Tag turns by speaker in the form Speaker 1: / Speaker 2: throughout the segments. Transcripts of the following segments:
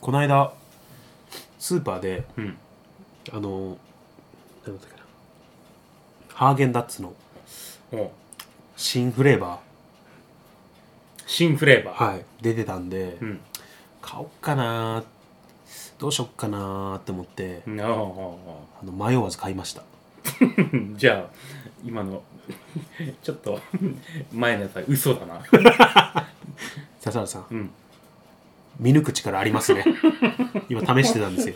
Speaker 1: この間スーパーで
Speaker 2: うん
Speaker 1: あの何だったっけなハーゲンダッツの
Speaker 2: お
Speaker 1: 新フレーバ
Speaker 2: 新フレーバー、
Speaker 1: ー、はい、出てたんで、
Speaker 2: うん
Speaker 1: 買おっかなどうしよっかなって思って、
Speaker 2: うんああああ
Speaker 1: あ
Speaker 2: あ
Speaker 1: の迷わず買いました
Speaker 2: あ じゃあ今の ちょっと前のやつは嘘だな
Speaker 1: 笹原さん
Speaker 2: うん
Speaker 1: 見抜く力あります ね今試してたんですよ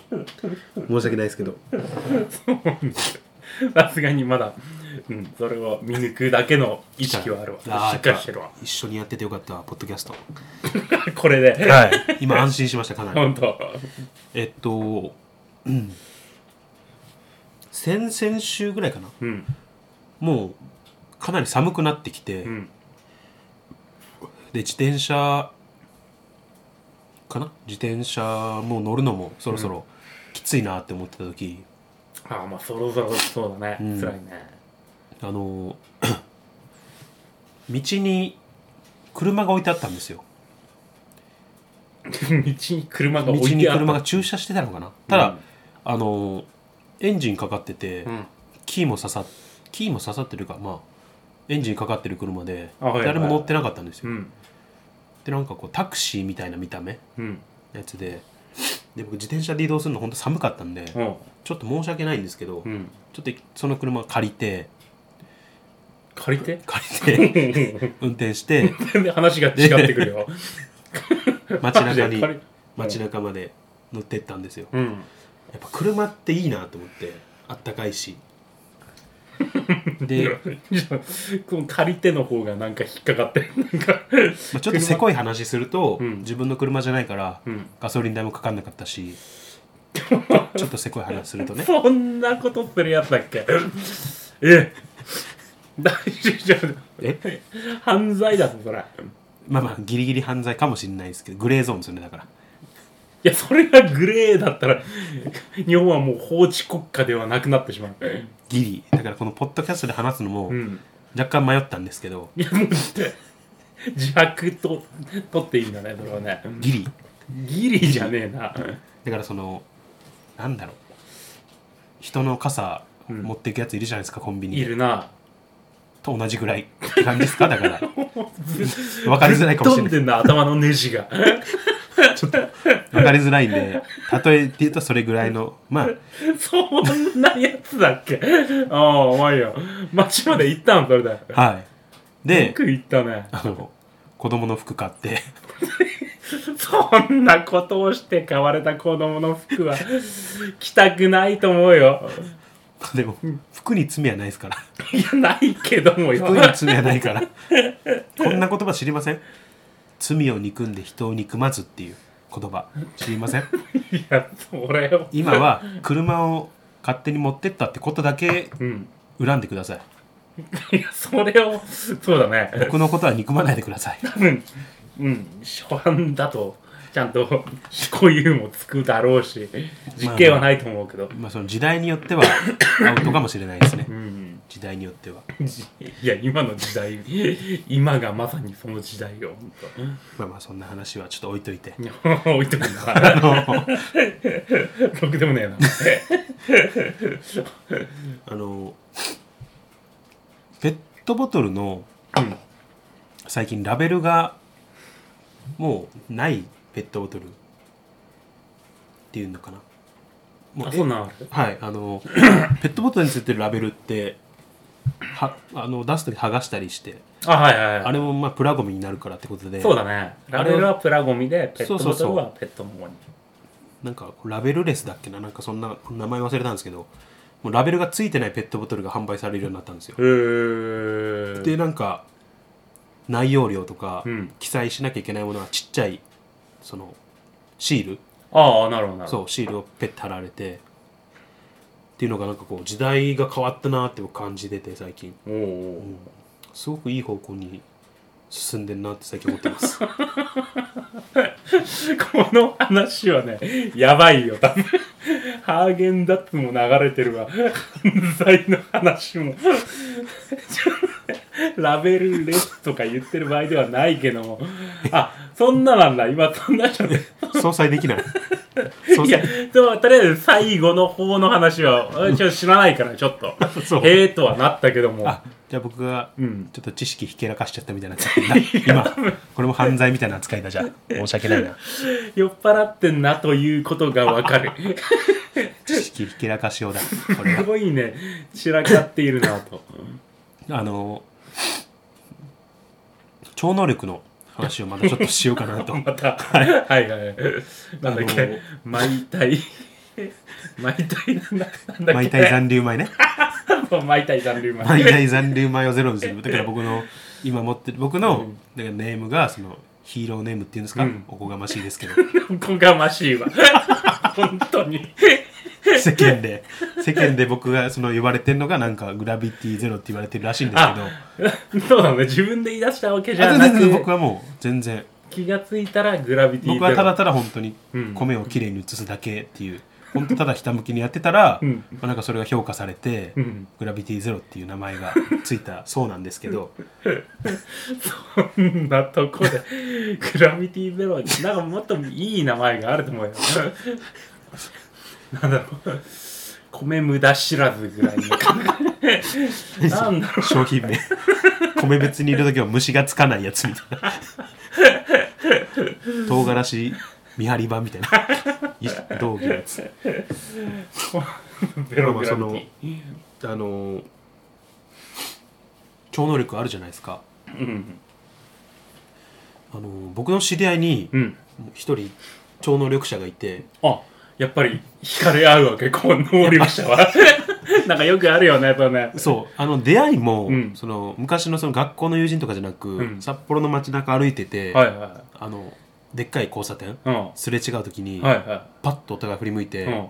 Speaker 1: 申し訳ないですけど
Speaker 2: さすがにまだ、うん、それを見抜くだけの意識はあるわ
Speaker 1: ー
Speaker 2: しっかりしてるわ
Speaker 1: やっぱ一緒にやっててよかったポッドキャスト
Speaker 2: これで、
Speaker 1: はい今安心しましたかなり
Speaker 2: 本当
Speaker 1: えっと、うん、先々週ぐらいかな
Speaker 2: うん
Speaker 1: もうかなり寒くなってきて、
Speaker 2: うん
Speaker 1: で自転車かな自転車もう乗るのもそろそろきついなって思ってた時、
Speaker 2: ああまあそろそろそうだね、
Speaker 1: うん
Speaker 2: 辛いね
Speaker 1: あの 道に車が置いてあったんですよ
Speaker 2: 道に車が
Speaker 1: 道
Speaker 2: 置い
Speaker 1: に
Speaker 2: てあった
Speaker 1: 車が駐車してたのかなただ、あのエンジンかかってて、
Speaker 2: うん
Speaker 1: キーも刺さキーも刺さってるかまあエンジンかかってる車で
Speaker 2: あはいはいはい
Speaker 1: 誰も乗ってなかったんですよ、
Speaker 2: うん
Speaker 1: でなんかこうタクシーみたいな見た目
Speaker 2: うん
Speaker 1: のやつでで僕自転車で移動するの本当寒かったんで、
Speaker 2: うん
Speaker 1: ちょっと申し訳ないんですけど、
Speaker 2: うん
Speaker 1: ちょっとその車借りて
Speaker 2: 借りて
Speaker 1: 借りて運転して
Speaker 2: 話が違ってくるよ
Speaker 1: 街中に
Speaker 2: 借り
Speaker 1: 街中まで乗ってったんですよ
Speaker 2: うん
Speaker 1: やっぱ車っていいなと思ってあったかい しで、
Speaker 2: じゃあ この借りての方がなんか引っかかってるなんか
Speaker 1: まあ、ちょっとせこい話すると、
Speaker 2: うん
Speaker 1: 自分の車じゃないから、
Speaker 2: うん
Speaker 1: ガソリン代もかかんなかったしちょっとせこい話すると ね
Speaker 2: そんなことするやつだっけ え 大丈夫
Speaker 1: え
Speaker 2: 犯罪だぞそれい
Speaker 1: まあまあギリギリ犯罪かもしれないですけどグレーゾーンですよねだから
Speaker 2: やそれがグレーだったら日本はもう法治国家ではなくなってしまう
Speaker 1: ギリだからこのポッドキャストで話すのも
Speaker 2: うん
Speaker 1: 若干迷ったんですけど、
Speaker 2: いやもう自白と取っていいんだねそれはね
Speaker 1: ギリ
Speaker 2: ギリじゃねえな
Speaker 1: だからそのなんだろう人の傘
Speaker 2: うん
Speaker 1: 持っていくやついるじゃないですか、コンビニ
Speaker 2: い
Speaker 1: で
Speaker 2: るな
Speaker 1: と同じぐらいって感じですかだ から分かりづらいかもしれない
Speaker 2: ぶっ飛んでんな頭のネジが
Speaker 1: 分かりづらいんで例えて言うとそれぐらいのまあ
Speaker 2: そんなやつだっけああ、お前よ。町まで行ったんそれで。
Speaker 1: はい
Speaker 2: よ
Speaker 1: で
Speaker 2: く行ったね。
Speaker 1: あの子供の服買って
Speaker 2: そんなことをして買われた子供の服は着たくないと思うよ。
Speaker 1: でも服に罪はない ですから
Speaker 2: いや、ないけどもよ
Speaker 1: 服。に罪はないからこんな言葉知りません罪を憎んで人を憎まずっていう言葉知りません
Speaker 2: いや、それを。
Speaker 1: 今は車を勝手に持ってったってことだけ
Speaker 2: うん。
Speaker 1: 恨んでください
Speaker 2: いや、それを、そうだね。
Speaker 1: 僕のことは憎まないでください
Speaker 2: 多分、うん、初犯だと、ちゃんと思考猶予もつくだろうし、実刑はないと思うけど。
Speaker 1: まあその時代によってはアウトかもしれないですね
Speaker 2: うん。
Speaker 1: 時代によっては、
Speaker 2: いや今の時代今がまさにその時代よ本
Speaker 1: まあまあそんな話はちょっと置いといて
Speaker 2: 当いや置いとくなろくでもねえな
Speaker 1: あのペットボトルの
Speaker 2: うん
Speaker 1: 最近ラベルがもうないペットボトルっていうのかなもう
Speaker 2: あ
Speaker 1: え
Speaker 2: そんなんある
Speaker 1: はいあ のペットボトルについてるラベルってはあの出す時剥がしたりして
Speaker 2: あはいはいは
Speaker 1: あ
Speaker 2: い
Speaker 1: れもまあプラゴミになるからってことで
Speaker 2: そうだねラベルはプラゴミでペットボ
Speaker 1: そう
Speaker 2: ト
Speaker 1: そ
Speaker 2: ル
Speaker 1: う
Speaker 2: は
Speaker 1: そ
Speaker 2: ペットモモに
Speaker 1: なんかラベルレスだっけななんかそんな名前忘れたんですけどもうラベルがついてないペットボトルが販売されるようになったんですよ
Speaker 2: へー
Speaker 1: でなんか内容量とか、
Speaker 2: うん
Speaker 1: 記載しなきゃいけないものはちっちゃいそのシール
Speaker 2: ああなるほどなるほど
Speaker 1: そうシールをペッて貼られてっていうのがなんかこう時代が変わったなって僕感じてて最近
Speaker 2: おお
Speaker 1: すごくいい方向に進んでんなって最近思ってます
Speaker 2: この話はねやばいよ多分ハーゲンダッツも流れてるわ犯罪の話も ラベルレスとか言ってる場合ではないけどもあそんななんだ今そんなじゃね
Speaker 1: 相殺できないそう
Speaker 2: いや、でもとりあえず最後の方の話は、ちょっと知らないから、ちょっと。
Speaker 1: そう
Speaker 2: へえとはなったけども。
Speaker 1: あじゃあ僕が
Speaker 2: うん
Speaker 1: ちょっと知識ひけらかしちゃったみたいな扱いだ今これも犯罪みたいな扱いだじゃあ申し訳ないな
Speaker 2: 酔っ払ってんなということが わかる。
Speaker 1: 知識ひけらかしようだこれ
Speaker 2: す
Speaker 1: は
Speaker 2: ごいね、散らかっているなと。
Speaker 1: あの超能力の話をまだちょっとしようかな と
Speaker 2: また、はい、はいはいなんだっ
Speaker 1: あの
Speaker 2: け、毎体。 毎体なんだなんだっ
Speaker 1: 毎
Speaker 2: け
Speaker 1: 体残留 米ね
Speaker 2: そう毎体残留
Speaker 1: 毎
Speaker 2: 前。
Speaker 1: 体残留米をゼロにするだから僕の今持ってる僕の、だからネームがそのヒーローネームっていうんですか、
Speaker 2: うん
Speaker 1: おこがましいですけど
Speaker 2: おこがま しいわ。本当に。
Speaker 1: 世間で世間で僕がその呼ばれてるのがなんかグラビティゼロって言われてるらしいんですけど
Speaker 2: あ、そうなの自分で言い出したわけじ
Speaker 1: あ
Speaker 2: ゃ
Speaker 1: 全
Speaker 2: な
Speaker 1: 然全然僕
Speaker 2: く、
Speaker 1: はもう全然
Speaker 2: 気がついたらグラビティ
Speaker 1: 僕はただ
Speaker 2: ゼ
Speaker 1: ただ本当に
Speaker 2: うん
Speaker 1: 米をきれいに移すだけっていう本当ただひたむきにやってたら、
Speaker 2: うん
Speaker 1: まあ、なんかそれが評価されて、
Speaker 2: うん
Speaker 1: グラビティゼロっていう名前がついたそうなんですけ ど
Speaker 2: ロそんなとこで、グラビティゼロ、なんかもっといい名前があると思うよ。なんだろう。米無駄知らずぐらいの感じ。なんだろう。
Speaker 1: 商品名米別にいる時は虫がつかないやつみた いな唐辛子見張り版みたいな道具のやつ
Speaker 2: ゼログラビティ。
Speaker 1: あのー超能力あるじゃないですか
Speaker 2: うん。
Speaker 1: あのー僕の知り合いに
Speaker 2: うん。
Speaker 1: 一人超能力者がいて
Speaker 2: あ、やっぱり惹かれ合うわけ、この能力者 は。なんかよくあるよね、それね。
Speaker 1: そうあの出会いも、
Speaker 2: うん
Speaker 1: その昔のその学校の友人とかじゃなく、
Speaker 2: うん
Speaker 1: 札幌の街中歩いてて、
Speaker 2: はいは
Speaker 1: あのでっかい交差点
Speaker 2: い。うん。は
Speaker 1: すれ違う時に、
Speaker 2: いは
Speaker 1: パッとお互い振り向いて「
Speaker 2: い。うん。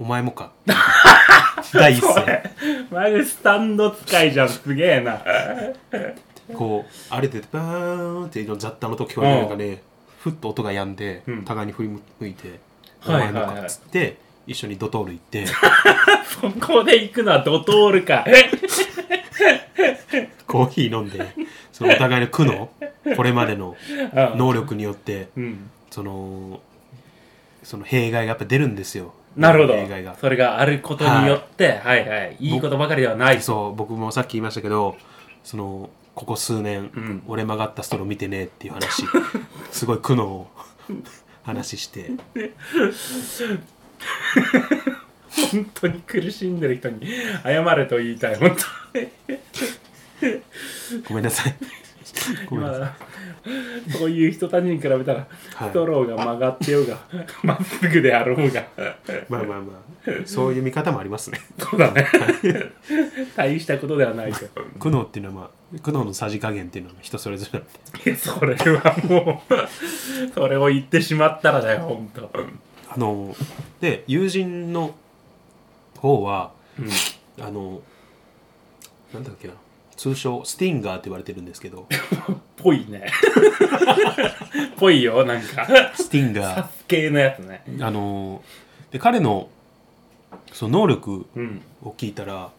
Speaker 1: お前も か」第一
Speaker 2: そ
Speaker 1: 声
Speaker 2: れマジスタンド使いじゃん、すげえな。
Speaker 1: こう歩いててバーンって雑多の音聞こえる中でふっと音が止んで、
Speaker 2: うん
Speaker 1: 互いに振り向いて「お
Speaker 2: はい
Speaker 1: 前も
Speaker 2: はい
Speaker 1: か」
Speaker 2: は
Speaker 1: っ
Speaker 2: い
Speaker 1: つって、一緒にドトール行って
Speaker 2: そこで行くのはドトールか。
Speaker 1: コーヒー飲んでそのお互いの苦悩これまでの
Speaker 2: うん
Speaker 1: 能力によって
Speaker 2: うん。
Speaker 1: そのその弊害がやっぱ出るんですよ
Speaker 2: なるほど
Speaker 1: 弊害が。
Speaker 2: それがあることによって、はいはい。いいことばかりではない。
Speaker 1: そう僕もさっき言いましたけどそのここ数年、
Speaker 2: うん
Speaker 1: 俺曲がったストロー見てねえっていう話 すごい苦悩を話して
Speaker 2: 本当に苦しんでる人に謝れと言いたい、本当に。
Speaker 1: ごめんなさいごめんなさい
Speaker 2: 今、そういう人たちに比べたら、
Speaker 1: はい
Speaker 2: ストローが曲がってようが、 まっすぐであろうが。
Speaker 1: まあまあまあそういう見方もありますね
Speaker 2: そうだね。大したことではないけど。
Speaker 1: 苦悩っていうのは、まあ、苦悩のさじ加減っていうのは人それぞれなんで
Speaker 2: いやそれはもう、それを言ってしまったらだよ、本当。
Speaker 1: あので友人の方は
Speaker 2: うん
Speaker 1: あのなんだっけな通称スティンガーって言われてるんですけど
Speaker 2: ぽいね。 ぽいよ、なんか。
Speaker 1: スティン
Speaker 2: サ
Speaker 1: ガ
Speaker 2: ス系のやつね。
Speaker 1: ーあので彼のその能力
Speaker 2: うん。
Speaker 1: を聞いたら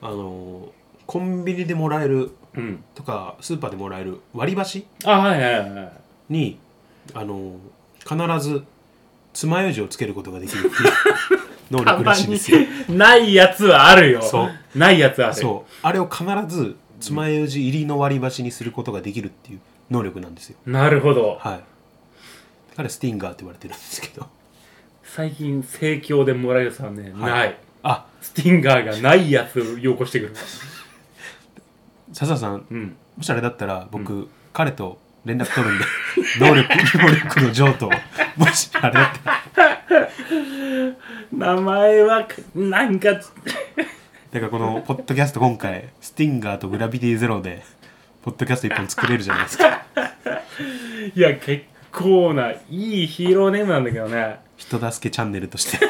Speaker 1: あのコンビニでもらえる
Speaker 2: うん。
Speaker 1: とかスーパーでもらえる割り箸
Speaker 2: あ、はいはいはいはい。
Speaker 1: にあの必ず爪楊枝をつけることができるっていう能
Speaker 2: た
Speaker 1: 力ら
Speaker 2: ま
Speaker 1: しいん
Speaker 2: に
Speaker 1: ですよ。
Speaker 2: ないやつはあるよ。
Speaker 1: そ
Speaker 2: ないやつはある。
Speaker 1: そうあれを必ず爪楊枝入りの割り箸にすることができるっていう能力なんですよ
Speaker 2: なるほど。
Speaker 1: はい彼スティンガーって言われてるんですけど
Speaker 2: 最近、盛況でもらえるやつはね、
Speaker 1: はい
Speaker 2: ない。
Speaker 1: あ
Speaker 2: スティンガーがないやつをよこしてくる。
Speaker 1: 笹田さん
Speaker 2: うん。
Speaker 1: もしあれだったら僕、彼と連絡取るんで 能力能力の譲 渡をもしあれだったら
Speaker 2: 名前は、なんか、
Speaker 1: だからこのポッドキャスト今回スティンガーとグラビティゼロでポッドキャスト一本作れるじゃないです か
Speaker 2: いや、結構な、いいヒーローネームなんだけどね。
Speaker 1: 人助けチャンネルとして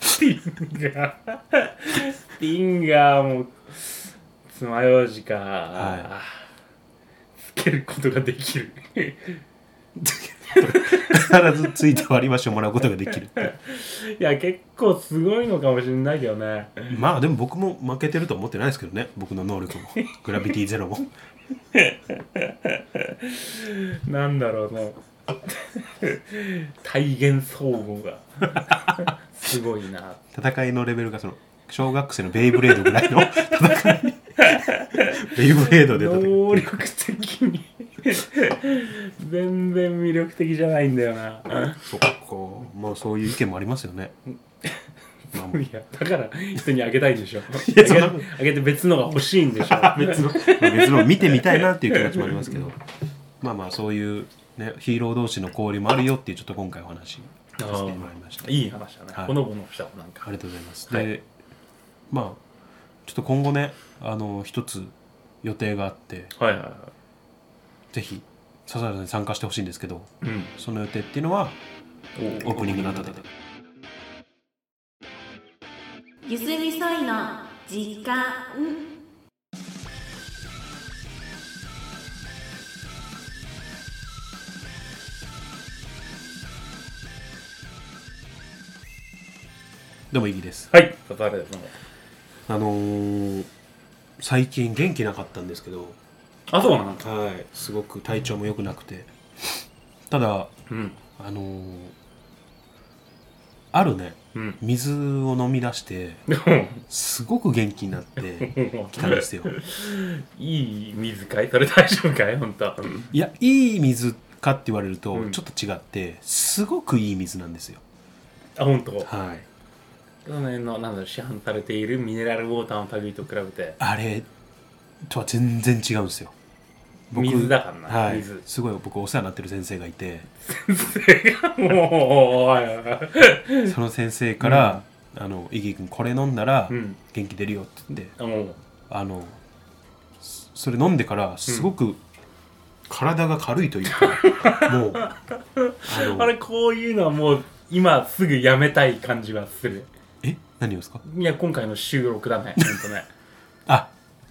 Speaker 2: スティンガー。スティンガーも、爪楊枝か。
Speaker 1: は
Speaker 2: つけることができる。
Speaker 1: 必ずついて割り箸をもらうことができる
Speaker 2: いや、結構すごいのかもしれないけどね。
Speaker 1: まあでも僕も負けてると思ってないですけどね僕の能力 もグラビティゼロも
Speaker 2: なんだろうな。 体現総合がすごいな
Speaker 1: 戦いのレベルがその小学生のベイブレードぐらいの戦いベイブレードで 戦う
Speaker 2: 能力的に全然魅力的じゃないんだよな
Speaker 1: そっかまあそういう意見もありますよねまあま
Speaker 2: いやだから人にあげたいんで しょ
Speaker 1: やそんなこと
Speaker 2: あげて別のが欲しいんでしょ
Speaker 1: あ別のまあ別の見てみたいなっていう気持ちもありますけどまあまあそういう、ね、ヒーロー同士の交流もあるよっていうちょっと今回お話させてもらいました
Speaker 2: いい話だね、
Speaker 1: はい
Speaker 2: ほのぼのしたもんなんか
Speaker 1: ありがとうございます。
Speaker 2: はい
Speaker 1: で、まあ、ちょっと今後ね、あの、一つ予定があって、
Speaker 2: はいはいは
Speaker 1: ぜひ、笹原さんに参加してほしいんですけど、
Speaker 2: い、うん
Speaker 1: その予定っていうのは、オープニングの後で。
Speaker 3: ゆすみそいの時間
Speaker 1: でもいいです。
Speaker 2: はい笹原です
Speaker 1: あのー最近元気なかったんですけど、
Speaker 2: あそうなんだ
Speaker 1: はい、すごく体調も良くなくて、ただ、
Speaker 2: うん
Speaker 1: あのーあるね、
Speaker 2: うん
Speaker 1: 水を飲み出して、すごく元気にな ってきたんですよ。
Speaker 2: いい水かいそれ大丈夫かい本当
Speaker 1: いやいい水かって言われると
Speaker 2: うん
Speaker 1: ちょっと違って、すごくいい水なんですよ
Speaker 2: あ本当。
Speaker 1: はい
Speaker 2: 去年のなんだろう市販されているミネラルウォーターの類と比べて
Speaker 1: あれとは全然違うんですよ
Speaker 2: 水だからな
Speaker 1: はい、
Speaker 2: 水
Speaker 1: すごい僕お世話になってる先生がいて
Speaker 2: もうおいおいおい
Speaker 1: その先生から「あのイギー君これ飲んだら
Speaker 2: うん
Speaker 1: 元気出るよ」って言って、
Speaker 2: あもう
Speaker 1: あのそそれ飲んでからすごく体が軽いという か、もうあの
Speaker 2: あれこういうのはもう今すぐやめたい感じはする
Speaker 1: え何をですか
Speaker 2: いや今回の収録だねほんと ね
Speaker 1: あ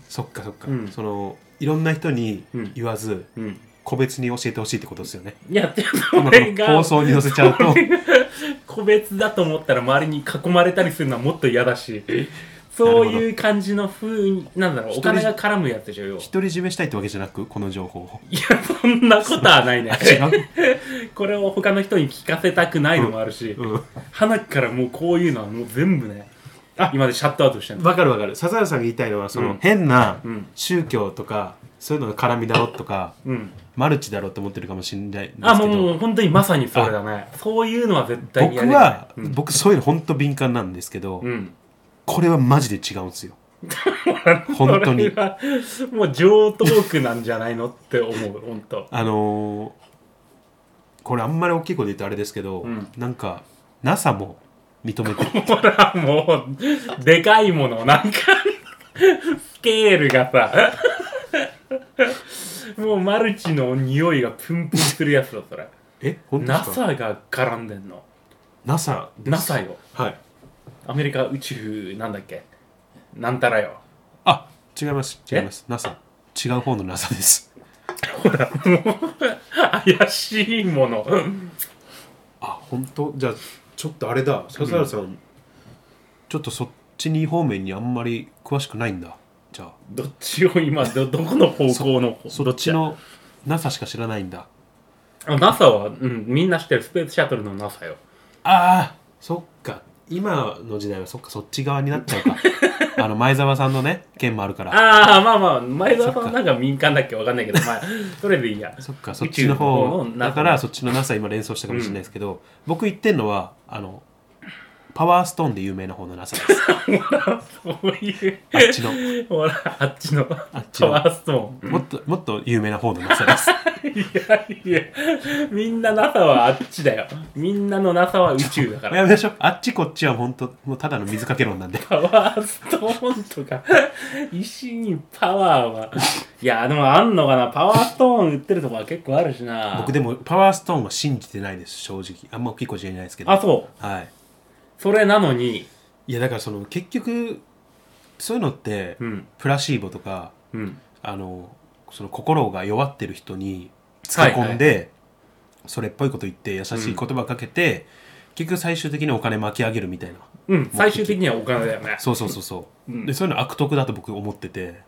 Speaker 1: そっかそっか、
Speaker 2: うん
Speaker 1: そのいろんな人に言わず、
Speaker 2: うん
Speaker 1: 個別に教えてほしいってことですよね。
Speaker 2: いやって
Speaker 1: 今 こ
Speaker 2: 俺が
Speaker 1: の放送に載せちゃうと、
Speaker 2: 個別だと思ったら周りに囲まれたりするのはもっと嫌だしそういう感じの風になんだろうお
Speaker 1: 一人
Speaker 2: 金が絡むやつでしょよ
Speaker 1: 独り占めしたいってわけじゃなく、この情報を。
Speaker 2: いやそんなこと はないね
Speaker 1: 違う、
Speaker 2: これを他の人に聞かせたくないのもあるし、
Speaker 1: うん
Speaker 2: 花からもうこういうのはもう全部ね
Speaker 1: あ
Speaker 2: 今までシャットアウトしてるの
Speaker 1: わかるわかる。笹原さんが言いたいのは、その、
Speaker 2: うん
Speaker 1: 変な
Speaker 2: うん
Speaker 1: 宗教とか、そういうのが絡みだろとか、
Speaker 2: うん
Speaker 1: マルチだろって思ってるかもしれないんですけど、
Speaker 2: あもうもう本当にまさにそれだねそういうのは絶対にや
Speaker 1: 僕
Speaker 2: れ
Speaker 1: は、
Speaker 2: ないうん
Speaker 1: 僕そういうの本当敏感なんですけど、
Speaker 2: うん
Speaker 1: これはマジで違うんです よ。本当に
Speaker 2: それ。はもう上トークなんじゃないのって思う本当
Speaker 1: あのーこれあんまり大きい声で言うとあれですけど、
Speaker 2: うん
Speaker 1: なんか、NASA も認めてる
Speaker 2: ほらもうでかいものなんかスケールがさもうマルチの匂いがプンプンするやつだそれ
Speaker 1: え本当ですか
Speaker 2: NASA が絡んでんの
Speaker 1: NASA です
Speaker 2: NASA よ
Speaker 1: はい
Speaker 2: アメリカ宇宙なんだっけなんたらよ
Speaker 1: あ違います違います NASA 違う方の NASA です
Speaker 2: ほらもう怪しいもの
Speaker 1: あ本当じゃあちょっとあれだ笹原さん、ちょっとそっちに方面にあんまり詳しくないんだじゃあ
Speaker 2: どっちを今どどこの方向の方
Speaker 1: そっちの NASA しか知らないんだ
Speaker 2: あ NASA は、うん、みんな知ってるスペースシャトルの NASA よ
Speaker 1: ああそっか今の時代はそっかそっち側になっちゃう かあの前澤さんのね件もあるから
Speaker 2: ああまあまあ前澤さ
Speaker 1: そっ
Speaker 2: ん
Speaker 1: か
Speaker 2: なんか民間だっけわかんないけ どまあそれでいいや
Speaker 1: そっかそっちの
Speaker 2: 宇宙
Speaker 1: 方
Speaker 2: の方の NASA
Speaker 1: だからそっちの NASA 今連想したかもしれないですけど、僕言ってんのはあのパワーストーンで有名な方の NASA です
Speaker 2: そういう
Speaker 1: あっちの
Speaker 2: ほらあっちの
Speaker 1: あっち
Speaker 2: パ
Speaker 1: の
Speaker 2: ワーストーン
Speaker 1: もっともっと有名な方の NASA です。
Speaker 2: いやいやみんな NASA はあっちだよみんなの NASA は宇宙だから
Speaker 1: やめましょう。あっちこっちは本当もうただの水かけ論なんで。
Speaker 2: パワーストーンとか石にパワーはいやでもあんのかなパワーストーン売ってるとこは結構あるしな
Speaker 1: 僕でもパワーストーンは信じてないです正直。あんま大きい声じゃ言えないですけど。
Speaker 2: あそう
Speaker 1: はい。
Speaker 2: それなのに
Speaker 1: いやだからその結局そういうのって、
Speaker 2: うん
Speaker 1: プラシーボとか
Speaker 2: うん
Speaker 1: あのその心が弱ってる人につけ込んで、それっぽいこと言って優しい言葉かけて、結局最終的にお金巻き上げるみたいな。
Speaker 2: うん最終的にはお金だよね
Speaker 1: そうそうそうそう。
Speaker 2: うん
Speaker 1: でそういうの悪徳だと僕思ってて。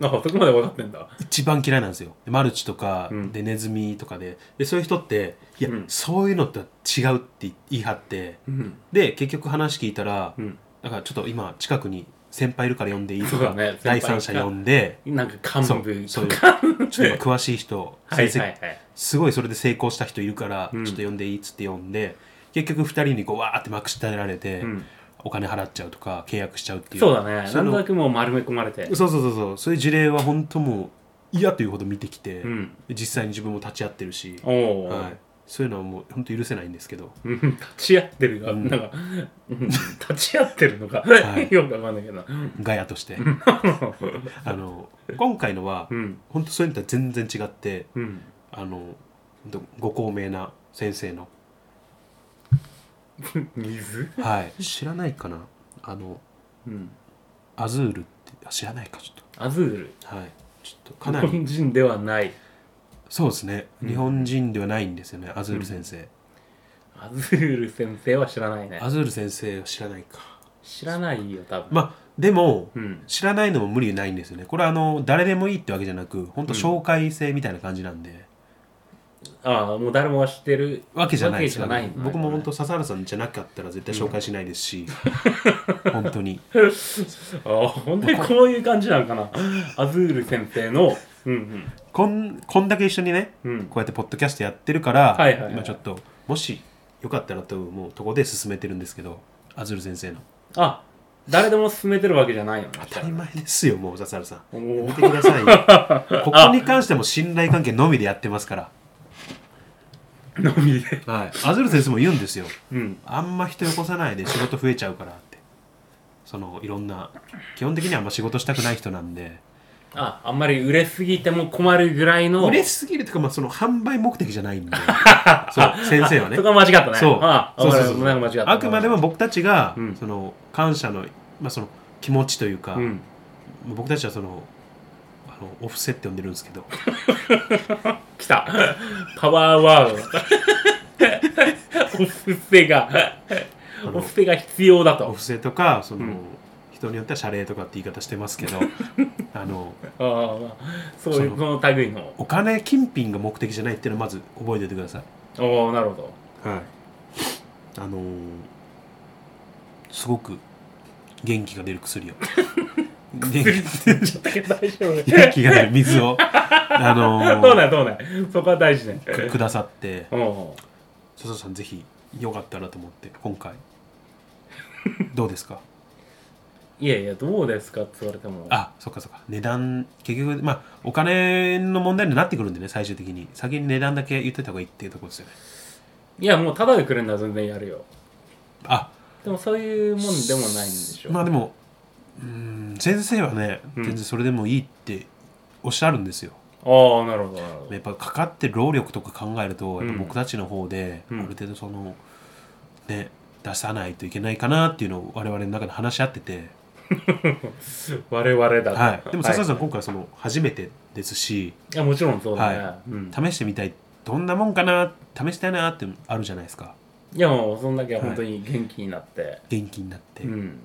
Speaker 2: あそこまで分かってんだ
Speaker 1: 一番嫌いなんですよでマルチとか
Speaker 2: うん
Speaker 1: でネズミとかででそういう人っていや、
Speaker 2: うん
Speaker 1: そういうのとは違うって言い張って
Speaker 2: うん
Speaker 1: で結局話聞いたら、
Speaker 2: うん
Speaker 1: だからちょっと今近くに先輩いるから呼んでいいと
Speaker 2: そうだ
Speaker 1: か、
Speaker 2: ね
Speaker 1: 第三者呼ん で
Speaker 2: なんか幹部
Speaker 1: そう
Speaker 2: と
Speaker 1: いう
Speaker 2: か
Speaker 1: ちょっと詳しい人
Speaker 2: はいはい
Speaker 1: 成績
Speaker 2: はい
Speaker 1: すごいそれで成功した人いるから、
Speaker 2: うん
Speaker 1: ちょっと呼んでいいっつって呼んで結局2人にこうわーってまくし立てられて、
Speaker 2: うん
Speaker 1: お金払っちゃうとか契約しちゃうっていう
Speaker 2: そうだね
Speaker 1: そ
Speaker 2: な
Speaker 1: ういう
Speaker 2: んと
Speaker 1: の
Speaker 2: なくもう丸め込まれて
Speaker 1: そうそうそうそうそういう事例は本当もう嫌というほど見てきて、
Speaker 2: うん
Speaker 1: 実際に自分も立ち会ってるし、
Speaker 2: おお、
Speaker 1: はい、そういうのはもう本当許せないんですけど
Speaker 2: うん立ち会ってるが、
Speaker 1: うん
Speaker 2: なんか、 うん立ち会ってるのか、
Speaker 1: い
Speaker 2: よくわかんないけど。
Speaker 1: ガヤとしてあの今回のは
Speaker 2: うん、
Speaker 1: 本当そういうのとは全然違って
Speaker 2: うん。
Speaker 1: あのほんとご高名な先生の、
Speaker 2: 水
Speaker 1: はい、知らないかなあの
Speaker 2: うん。
Speaker 1: アズールってあ知らないかちょっ
Speaker 2: アズール。
Speaker 1: とはいちょっとか
Speaker 2: 日
Speaker 1: なり
Speaker 2: 本人ではない。
Speaker 1: そうですね、
Speaker 2: うん
Speaker 1: 日本人ではないんですよねアズール先生、
Speaker 2: アズール先生は知らないね。
Speaker 1: アズール先生は知らないか
Speaker 2: 知らないよ、多分。
Speaker 1: まあでも、
Speaker 2: うん。
Speaker 1: 知らないのも無理ないんですよねこれはあの誰でもいいってわけじゃなく本当
Speaker 2: うん
Speaker 1: 紹介制みたいな感じなんで、
Speaker 2: ああ、もう誰もが知ってる
Speaker 1: わけじゃないです
Speaker 2: わ
Speaker 1: よ
Speaker 2: けじゃな
Speaker 1: ね
Speaker 2: い
Speaker 1: 僕も本当笹原さんじゃなかったら絶対紹介しないです し、本当に
Speaker 2: ああ、本当にこういう感じなんかな。アズール先生の、うん
Speaker 1: こんこんだけ一緒にね
Speaker 2: うん。うん。
Speaker 1: こうやってポッドキャストやってるから、
Speaker 2: はいはいはい
Speaker 1: 今ちょっともしよかったらと思うとこで進めてるんですけどアズール先生の
Speaker 2: あ、誰でも勧めてるわけじゃないよね。
Speaker 1: 当たり前ですよもう笹原さん
Speaker 2: お
Speaker 1: やめ
Speaker 2: ー
Speaker 1: てください よここに関しても信頼関係のみでやってますから
Speaker 2: のみで。
Speaker 1: はいアズール先生も言うんですよ
Speaker 2: うん。
Speaker 1: あんま人よこさないで仕事増えちゃうからってそのいろんな基本的にはあんま仕事したくない人なんで
Speaker 2: あ、あんまり売れすぎても困るぐらいの。
Speaker 1: 売れすぎるというか、まあ、その販売目的じゃないん でそう先生はね
Speaker 2: そこは間違ったね。
Speaker 1: そう
Speaker 2: ああ、
Speaker 1: そうそうそう
Speaker 2: ごめんごめん間違った。
Speaker 1: あくまでも僕たちが、
Speaker 2: うん
Speaker 1: その感謝の,、まあ、その気持ちというか、
Speaker 2: うん。
Speaker 1: 僕たちはそのあのオフセって呼んでるんですけ ど
Speaker 2: 来た。パワーワー ド。お布施が、
Speaker 1: の
Speaker 2: お布施が必要だ
Speaker 1: お
Speaker 2: と。
Speaker 1: 布施とかその、
Speaker 2: うん
Speaker 1: 人によっては謝礼とかって言い方してますけど あの
Speaker 2: ああまあそういう、
Speaker 1: そ
Speaker 2: この類の。
Speaker 1: お金金品が目的じゃないっていうのをまず覚えておいてくださ
Speaker 2: おおなるほど。
Speaker 1: いはいあのーすごく元気が出る 薬を元気
Speaker 2: ちょっと大丈夫。
Speaker 1: 元気が出る水をあのー
Speaker 2: どうないどうない。 そこは大事ね。
Speaker 1: くくださって
Speaker 2: おお
Speaker 1: 笹田さんぜひよかったらと思って今回どうです か
Speaker 2: いやいや、どうですかって言われても。
Speaker 1: あそっかそっか値段結局まあお金の問題になってくるんでね最終的に先に値段だけ言ってた方がいいっていうところですよね
Speaker 2: いや、もうタダでくれるなら全然やるよ。
Speaker 1: あ
Speaker 2: でもそういうもんでもないんでしょ。
Speaker 1: まあでもうーん先生はね
Speaker 2: うん
Speaker 1: 全然それでもいいっておっしゃるんですよ、
Speaker 2: ああ、なるほど、なるほど
Speaker 1: や。っぱかかってる労力とか考えるとやっぱ僕たちの方であ
Speaker 2: うん
Speaker 1: る程度その、ね出さないといけないかなっていうのを我々の中で話し合ってて、
Speaker 2: 我々だと
Speaker 1: はい、でも笹田さん、
Speaker 2: はい
Speaker 1: 今回はその初めてですし
Speaker 2: いやもちろんそうだね、
Speaker 1: はい
Speaker 2: うん、
Speaker 1: 試してみたいどんなもんかな試したいなってあるじゃないですか
Speaker 2: いやもうそんだけ本当に元気になって、
Speaker 1: 元気になって、
Speaker 2: うん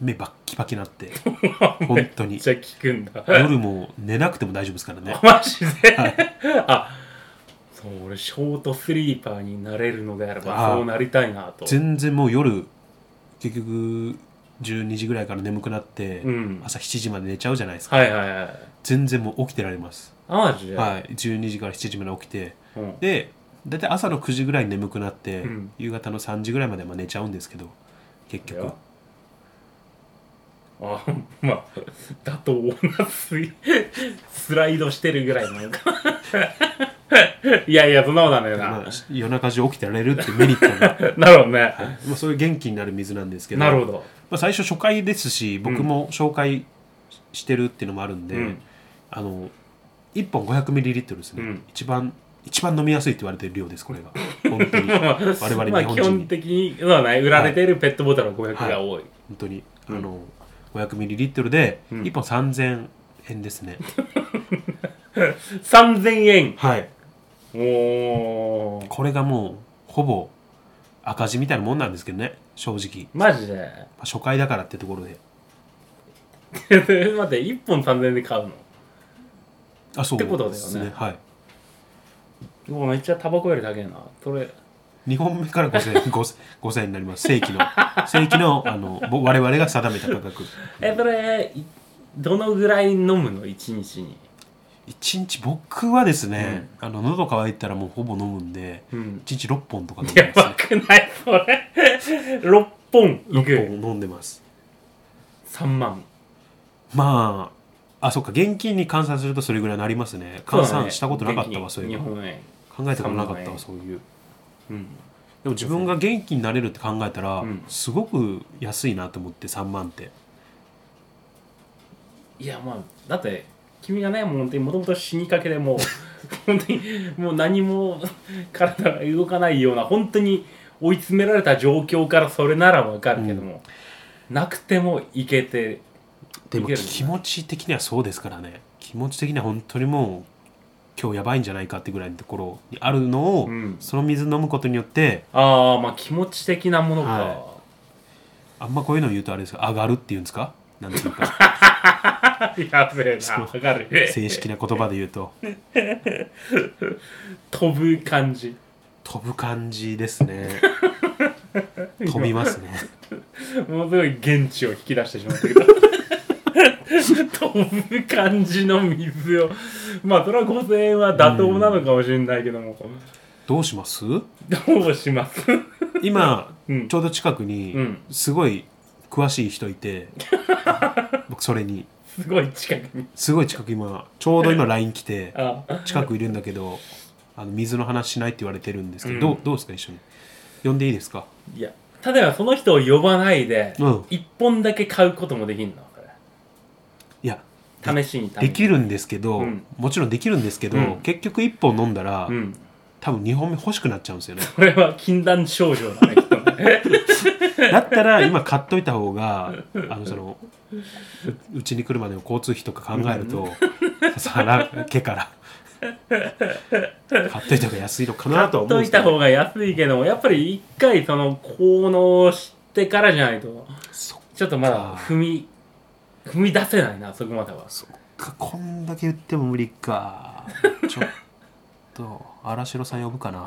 Speaker 1: 目バッキバキになって 本当
Speaker 2: めっ
Speaker 1: に
Speaker 2: ちゃ効くんだ
Speaker 1: 夜も寝なくても大丈夫ですからね
Speaker 2: マジで、あそう俺ショートスリーパーになれるのであれば
Speaker 1: あー
Speaker 2: そうなりたいなと
Speaker 1: 全然もう夜結局12時ぐらいから眠くなって、
Speaker 2: うん
Speaker 1: 朝7時まで寝ちゃうじゃないですか
Speaker 2: はいはいはい
Speaker 1: 全然もう起きてられます、
Speaker 2: あマジで、
Speaker 1: はい、12時から7時まで起きて
Speaker 2: うん、
Speaker 1: で大体朝の9時ぐらいに眠くなって、
Speaker 2: うん
Speaker 1: 夕方の3時ぐらいまでまあ寝ちゃうんですけど結
Speaker 2: い
Speaker 1: 局
Speaker 2: やあまあ妥当なスイスライドしてるぐらいなんか いやいやそんなことはね
Speaker 1: ま
Speaker 2: えな
Speaker 1: あ、夜中中起きてられるってメリットが
Speaker 2: なるほどね、
Speaker 1: まあそういう元気になる水なんですけど
Speaker 2: なるほど
Speaker 1: まあ、最初初回ですし僕も紹介ししてるっていうのもあるんで、
Speaker 2: うん
Speaker 1: あの1本 500ml ですね、
Speaker 2: うん
Speaker 1: 一番一番飲みやすいって言われてる量ですこれが本当 に
Speaker 2: まあ
Speaker 1: 我々日本
Speaker 2: 基
Speaker 1: 人
Speaker 2: 本
Speaker 1: に
Speaker 2: 的にそうだね売られているペットボトルは500が多い、
Speaker 1: 本当にあの 500ml で
Speaker 2: うん
Speaker 1: 1本3000円ですね、
Speaker 2: 3000円
Speaker 1: はい
Speaker 2: おー
Speaker 1: これがもうほぼ赤字みたいなもんなんですけどね正直、
Speaker 2: マジで
Speaker 1: まあ初回だからってところで
Speaker 2: 待って1本3000円で買うの
Speaker 1: あそう
Speaker 2: ってことだよね
Speaker 1: ですはい、
Speaker 2: うわめっちゃタバコより高いなそれ
Speaker 1: 2本目から5000円 5000, 5000円になります正規の正規のあのぼ我々が定めた価格
Speaker 2: えそれいどのぐらい飲むの一日に
Speaker 1: 一日僕はですね、あの喉乾いたらもうほぼ飲むんで
Speaker 2: うん
Speaker 1: 一日6本とか飲んで
Speaker 2: や
Speaker 1: ます
Speaker 2: ばくないそれ6本いく
Speaker 1: 6本飲んでます
Speaker 2: 3万
Speaker 1: まああそっか現金に換算するとそれぐらいになりますね換算したことなかったわそううい
Speaker 2: だね
Speaker 1: う考
Speaker 2: 現金日本円
Speaker 1: えたことなかった
Speaker 2: 三万円
Speaker 1: わそういう
Speaker 2: うん
Speaker 1: でも自分が元気になれるって考えたら、
Speaker 2: うん
Speaker 1: すごく安いなと思って3万って
Speaker 2: いやまあだって君がねもう本当にもともと死にかけでもう 本当にもう何も体が動かないような本当に追い詰められた状況からそれならわかるけども、なくてもいけて
Speaker 1: でも
Speaker 2: いけるんだ
Speaker 1: 気持ち的にはそうですからね気持ち的には本当にもう今日やばいんじゃないかってぐらいのところにあるのを、
Speaker 2: うん
Speaker 1: その水飲むことによって
Speaker 2: ああまあ気持ち的なものか、
Speaker 1: はあんまこういうの言うとあれですが上がるっていうんですかなんていう か
Speaker 2: やべえなわかる
Speaker 1: 正式な言葉で言うと
Speaker 2: 飛ぶ感じ
Speaker 1: 飛ぶ感じですね 飛びますね
Speaker 2: ものすごい現地を引き出してしまった けど飛ぶ感じの水をまあそれは5000円は妥当なのかもしれないけども、
Speaker 1: どうします
Speaker 2: どうします
Speaker 1: 今、
Speaker 2: うん
Speaker 1: ちょうど近くに、
Speaker 2: うん
Speaker 1: すごい詳しい人いて僕それに
Speaker 2: すごい近くに
Speaker 1: すごい近く今ちょうど今 LINE 来て
Speaker 2: ああ
Speaker 1: 近くいるんだけどあの水の話しないって言われてるんですけど、どう
Speaker 2: うん
Speaker 1: どうですか一緒に呼んでいいですか
Speaker 2: いや例えばその人を呼ばないで、
Speaker 1: うん
Speaker 2: 一本だけ買うこともできるのこ
Speaker 1: いや
Speaker 2: れ試しに試しに
Speaker 1: できるんですけど、
Speaker 2: うん
Speaker 1: もちろんできるんですけど、
Speaker 2: うん
Speaker 1: 結局1本飲んだら、
Speaker 2: うん
Speaker 1: 多分2本目欲しくなっちゃうんですよね
Speaker 2: これは禁断症状だねきっとね
Speaker 1: だったら今買っといた方があのそのううちに来るまでの交通費とか考えると、皿毛から買っといた方が安いのかなとは思
Speaker 2: 買っ
Speaker 1: うん
Speaker 2: と
Speaker 1: で
Speaker 2: い
Speaker 1: すけ
Speaker 2: た
Speaker 1: ど
Speaker 2: 方が安いけどもやっぱり一回その効能してからじゃないと
Speaker 1: そっ
Speaker 2: ちょっとまだ踏み踏み出せないなそこまでは
Speaker 1: かこんだけ言っても無理かちょっと荒城さん呼ぶかな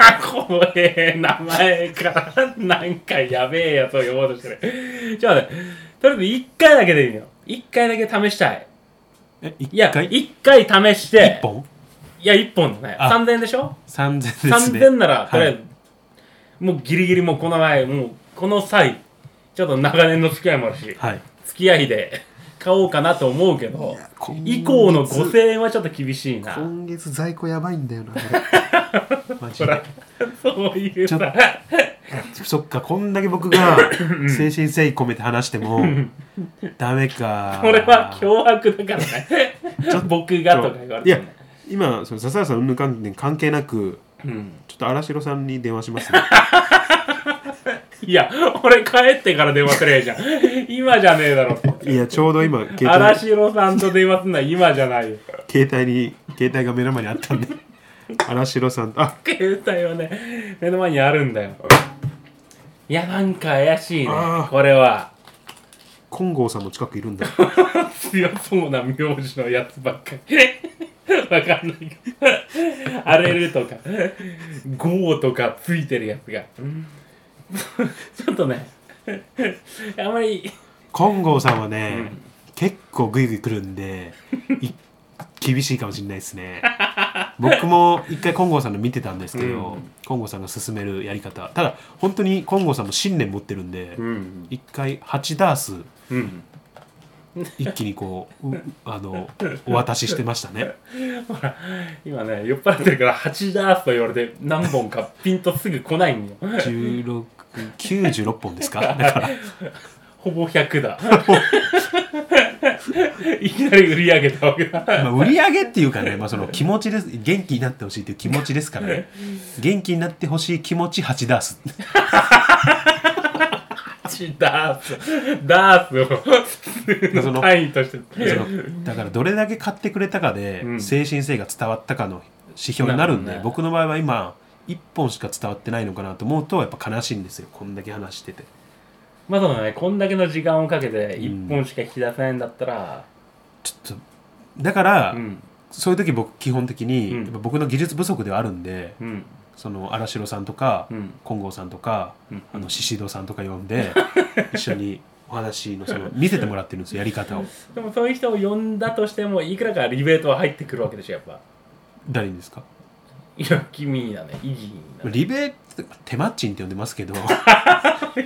Speaker 2: あ怖え名前からなんかやべえやつを呼ぼうとしてるちょっと待ってとりあえず一回だけでいいよ一回だけ試したい
Speaker 1: え
Speaker 2: いや
Speaker 1: 1回
Speaker 2: 一回試し
Speaker 1: 1
Speaker 2: て
Speaker 1: 本
Speaker 2: いや一本だね
Speaker 1: あ
Speaker 2: 3000でしょ
Speaker 1: ?3000 ですね
Speaker 2: 3000なら
Speaker 1: い
Speaker 2: とりあえず、もうギリギリもうこの前もうこの際ちょっと長年の付き合いもあるし
Speaker 1: はい
Speaker 2: 付き合いで 買おうかなと思うけど以降の5000円はちょっと厳しいな
Speaker 1: 今月在庫やばいんだ よなマジ
Speaker 2: ほら
Speaker 1: で
Speaker 2: そういうさ
Speaker 1: そっかこんだけ僕が精神誠意込めて話して もダメか
Speaker 2: これは脅迫だからね僕がとか言われ
Speaker 1: い
Speaker 2: て
Speaker 1: や
Speaker 2: もね
Speaker 1: 今その笹原さんの関連関係なく
Speaker 2: うん
Speaker 1: ちょっと荒城さんに電話します ね
Speaker 2: いや俺帰ってから電話すりゃいいじゃん今じゃねえだろ
Speaker 1: いやちょうど今携
Speaker 2: 荒
Speaker 1: 帯
Speaker 2: 城さんと電話すんのは今じゃないよ
Speaker 1: 携帯に携帯が目の前にあったんで荒城さんとあ
Speaker 2: 携帯はね目の前にあるんだよいやなんか怪しいね
Speaker 1: あー
Speaker 2: これは
Speaker 1: 金剛さんも近くいるんだ
Speaker 2: 強そうな名字のやつばっかり わかんないけど荒れるとかゴーとかついてるやつが ちょっとねあんまり
Speaker 1: 金剛さんはね、結構グイグイ来るんでい厳しいかもしれないですね僕も一回金剛さんの見てたんですけど、
Speaker 2: うん
Speaker 1: 金剛さんが勧めるやり方ただ本当に金剛さんも信念持ってるんで、
Speaker 2: うん
Speaker 1: 一回8ダース
Speaker 2: うん
Speaker 1: 一気にこううあのお渡ししてましたね
Speaker 2: ほら今ね酔っ払ってるから8ダースと言われて何本かピンとすぐ来ないんよ
Speaker 1: 16 96本ですかだから
Speaker 2: ほぼ100だ いきなり売り上げたわけだ
Speaker 1: まあ、売り上げっていうかね、まあ、その気持ちです元気になってほしいという気持ちですからね元気になってほしい気持ち8ダース
Speaker 2: 8ダースダースを普通の単位として
Speaker 1: そのだからどれだけ買ってくれたかで、
Speaker 2: うん
Speaker 1: 精神性が伝わったかの指標になるんで
Speaker 2: なるほどね
Speaker 1: 僕の場合は今1本しか伝わってないのかなと思うとやっぱ悲しいんですよこんだけ話してて
Speaker 2: まあそうだねこんだけの時間をかけて
Speaker 1: ん
Speaker 2: 1本しか引き出せないんだったら
Speaker 1: ちょっとだから、
Speaker 2: うん
Speaker 1: そういう時僕基本的に、
Speaker 2: うん
Speaker 1: やっぱ僕の技術不足ではあるんで
Speaker 2: うん
Speaker 1: その荒城さんとか、
Speaker 2: うん
Speaker 1: 金剛さんとか、
Speaker 2: うん
Speaker 1: あの宍戸さんとか呼ん で一緒にお話のその見せてもらってるんですよやり方を
Speaker 2: でもそういう人を呼んだとしてもいくらかリベートは入ってくるわけでしょやっぱ
Speaker 1: 誰にですか
Speaker 2: いや君だね意義にだね
Speaker 1: リベ手マッチンって呼んでますけど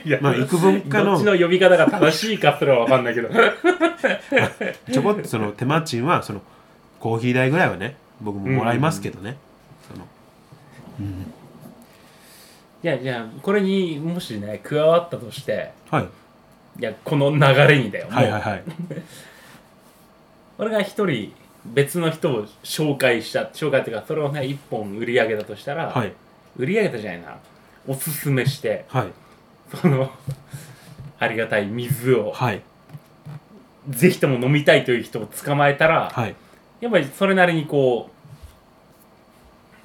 Speaker 2: いや
Speaker 1: まあ幾分か
Speaker 2: ど
Speaker 1: の
Speaker 2: っちの呼び方が正しいかすらわかんないけど
Speaker 1: ちょこっとその手マッチンはそのコーヒー代ぐらいはね僕ももらいますけどね、その
Speaker 2: いやいやこれにもしね加わったとして
Speaker 1: はい、
Speaker 2: いやこの流れにだよ、もう
Speaker 1: はいはいはい
Speaker 2: 俺が一人別の人を紹介した紹介っていうかそれをね一本売り上げたとしたら、
Speaker 1: はい
Speaker 2: 売り上げたじゃないなおすすめして
Speaker 1: はい
Speaker 2: そのありがたい水を
Speaker 1: はい
Speaker 2: ぜひとも飲みたいという人を捕まえたら、
Speaker 1: はい
Speaker 2: やっぱりそれなりにこ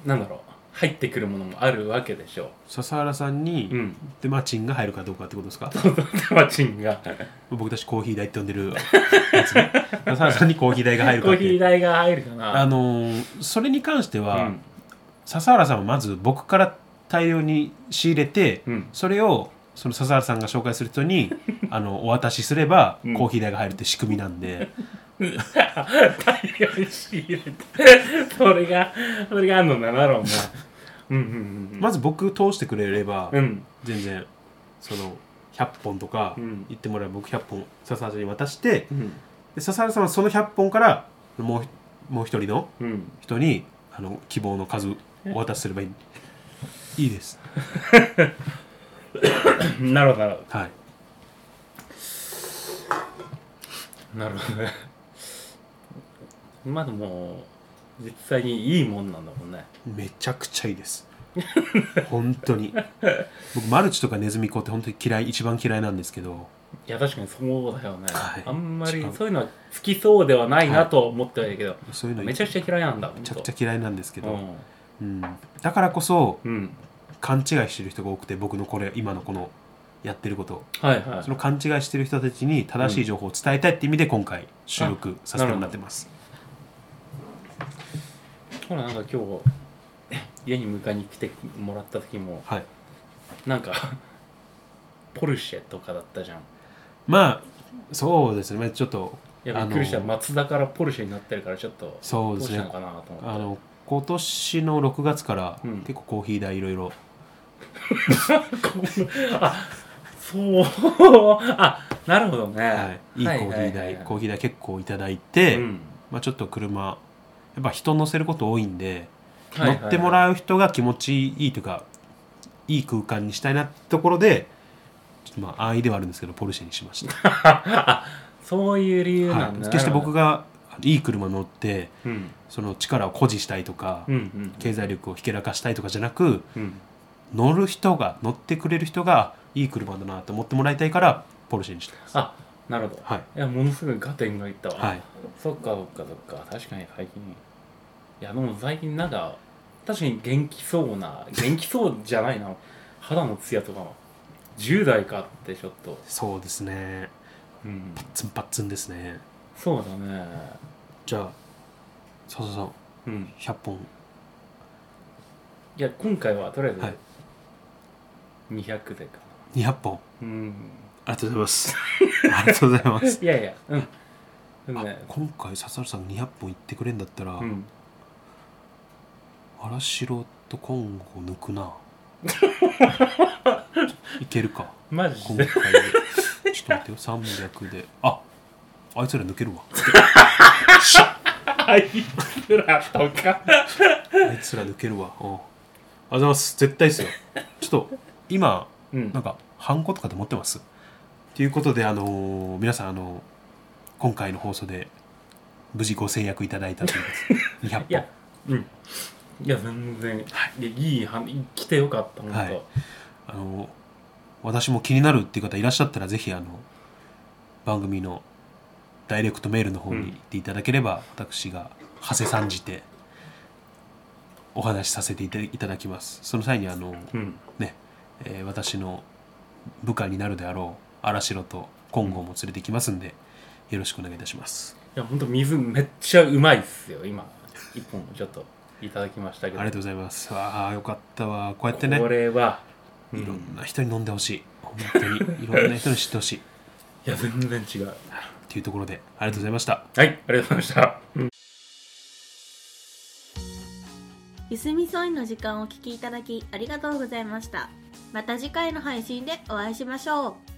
Speaker 2: うなんだろう入ってくるものもあるわけでしょ
Speaker 1: 笹原さんに
Speaker 2: う、うん
Speaker 1: 手マッチンが入るかどうかってことですか
Speaker 2: そうそうタマチンが
Speaker 1: 僕たちコーヒー代って呼んでるやつね 笹原さんにコーヒー代が入る
Speaker 2: コ
Speaker 1: かっ
Speaker 2: ー
Speaker 1: て
Speaker 2: ヒ
Speaker 1: いう
Speaker 2: ー代が入るかな
Speaker 1: あのーそれに関しては、
Speaker 2: うん
Speaker 1: 笹原さんはまず僕から大量に仕入れて、
Speaker 2: うん
Speaker 1: それをその笹原さんが紹介する人 にあのお渡しすれば、
Speaker 2: うん
Speaker 1: コーヒー代が入るって仕組みなんで
Speaker 2: 大量に仕入れてそれがそれがあんのだなろうなうんうんうん
Speaker 1: まず僕通してくれれば、
Speaker 2: うん
Speaker 1: 全然その100本とか
Speaker 2: うん
Speaker 1: 言ってもらえば僕100本笹原さんに渡して
Speaker 2: うん
Speaker 1: で笹原さんはその100本からもうもう一人の
Speaker 2: うん
Speaker 1: 人にあの希望の数お渡しすればいいいいです
Speaker 2: なるほどなるほ
Speaker 1: はい
Speaker 2: どなるほどねまあでも実際にいいもんなんだもんね
Speaker 1: めちゃくちゃいいです 本当に僕マルチとかネズミ子って本当に嫌い一番嫌いなんですけど
Speaker 2: いや確かにそうだよね、
Speaker 1: はい
Speaker 2: あんまり
Speaker 1: 違う
Speaker 2: そういうのは好きそうではないなと思ってはいるけど、
Speaker 1: そういうの
Speaker 2: め
Speaker 1: め
Speaker 2: ち
Speaker 1: ち
Speaker 2: ゃくちゃ嫌いなんだめ
Speaker 1: ゃくちゃ嫌いなんですけ
Speaker 2: う
Speaker 1: ど、うんだからこそ
Speaker 2: ん、うん、
Speaker 1: 勘違いしてる人が多くて僕のこれ今のこのやってること
Speaker 2: はいはい
Speaker 1: その勘違いしてる人たちに正しい情報を伝えたいって意味で今回収録させてもらってます、
Speaker 2: ほらなんか今日家に迎えに来てもらった時も
Speaker 1: はい、
Speaker 2: なんか ポルシェとかだったじゃんい
Speaker 1: まあそうですねまあちょっと
Speaker 2: や
Speaker 1: あの
Speaker 2: びっくりした松田からポルシェになってるからちょっと
Speaker 1: そうですね
Speaker 2: どうしたのかなと思って
Speaker 1: あの今年の6月から
Speaker 2: うん
Speaker 1: 結構コーヒー代いろいろ
Speaker 2: この あそうあなるほどね、
Speaker 1: はい、いいコーヒー代、コー
Speaker 2: ヒ
Speaker 1: ヒー代結構いただいて、
Speaker 2: うん
Speaker 1: まあ、ちょっと車やっぱ人乗せること多いんで、
Speaker 2: はいはいはい
Speaker 1: 乗ってもらう人が気持ちいいというかいい空間にしたいなってところでちょっとまあ安易ではあるんですけどポルシェにしました、
Speaker 2: あそういう理由な
Speaker 1: は
Speaker 2: んだ、
Speaker 1: い、決して僕
Speaker 2: が、
Speaker 1: がいい車乗って
Speaker 2: うん、
Speaker 1: その力を誇示したいとか、
Speaker 2: うんうん
Speaker 1: 経済力をひけらかしたいとかじゃなく
Speaker 2: うん
Speaker 1: 乗る人が乗ってくれる人がいい車だなと思ってもらいたいからポルシェにしたます
Speaker 2: あなるほど、
Speaker 1: はい、
Speaker 2: いやものすごいガテンがいったわ、
Speaker 1: はい、
Speaker 2: そっかそっかそっか確かに最近いやでも最近なんか確かに元気そうな元気そうじゃないな肌のツヤとかも10代かってちょっと、
Speaker 1: そうですね
Speaker 2: うん、
Speaker 1: ツンパッツンですね
Speaker 2: そうだね
Speaker 1: じゃあ笹さん
Speaker 2: うん
Speaker 1: 100本
Speaker 2: いや今回はとりあえず
Speaker 1: はい
Speaker 2: 200でかな、
Speaker 1: 200本
Speaker 2: うん
Speaker 1: ありがとうございます ありがとうございます
Speaker 2: いやいやうんでもね
Speaker 1: 今回笹原さん200本言ってくれんだったら、
Speaker 2: うん
Speaker 1: 荒城と今後抜く ないけるか
Speaker 2: マジ
Speaker 1: 今
Speaker 2: で
Speaker 1: 回でちょっと待ってよ300でああいつら抜けるわ
Speaker 2: あいつらとか
Speaker 1: あいつら抜けるわうんありがとうございます絶対ですよちょっと今
Speaker 2: うん
Speaker 1: なんかハンコとかで持ってますということであのー皆さんあのー今回の放送で無事ご成約いただいたということで200
Speaker 2: いや
Speaker 1: 本、
Speaker 2: うん。いや、全然、い、やいいは来てよかった、本当。
Speaker 1: はいあのー私も気になるっていう方いらっしゃったらぜひあの番組のダイレクトメールの方
Speaker 2: うん
Speaker 1: に行っていただければ、私が長谷さんじてお話しさせていたいただきますその際にあのー
Speaker 2: うん。
Speaker 1: ね、えー私の部下になるであろう荒城と金剛も連れてきますんで、よろしくお願いいたします
Speaker 2: いや、本当水めっちゃうまいっすよ、今。一本ちょっといただきましたけど
Speaker 1: ありがとうございますああよかったわこうやってね
Speaker 2: これは、うん
Speaker 1: いろ
Speaker 2: い
Speaker 1: んな人に飲んでほしい本当にいろんな人に知ってほしい
Speaker 2: や全然違う
Speaker 1: というところでありがとうございました
Speaker 2: はいありがとうございましたうん
Speaker 3: ゆすみそいの時間をお聞きいただきありがとうございましたまた次回の配信でお会いしましょう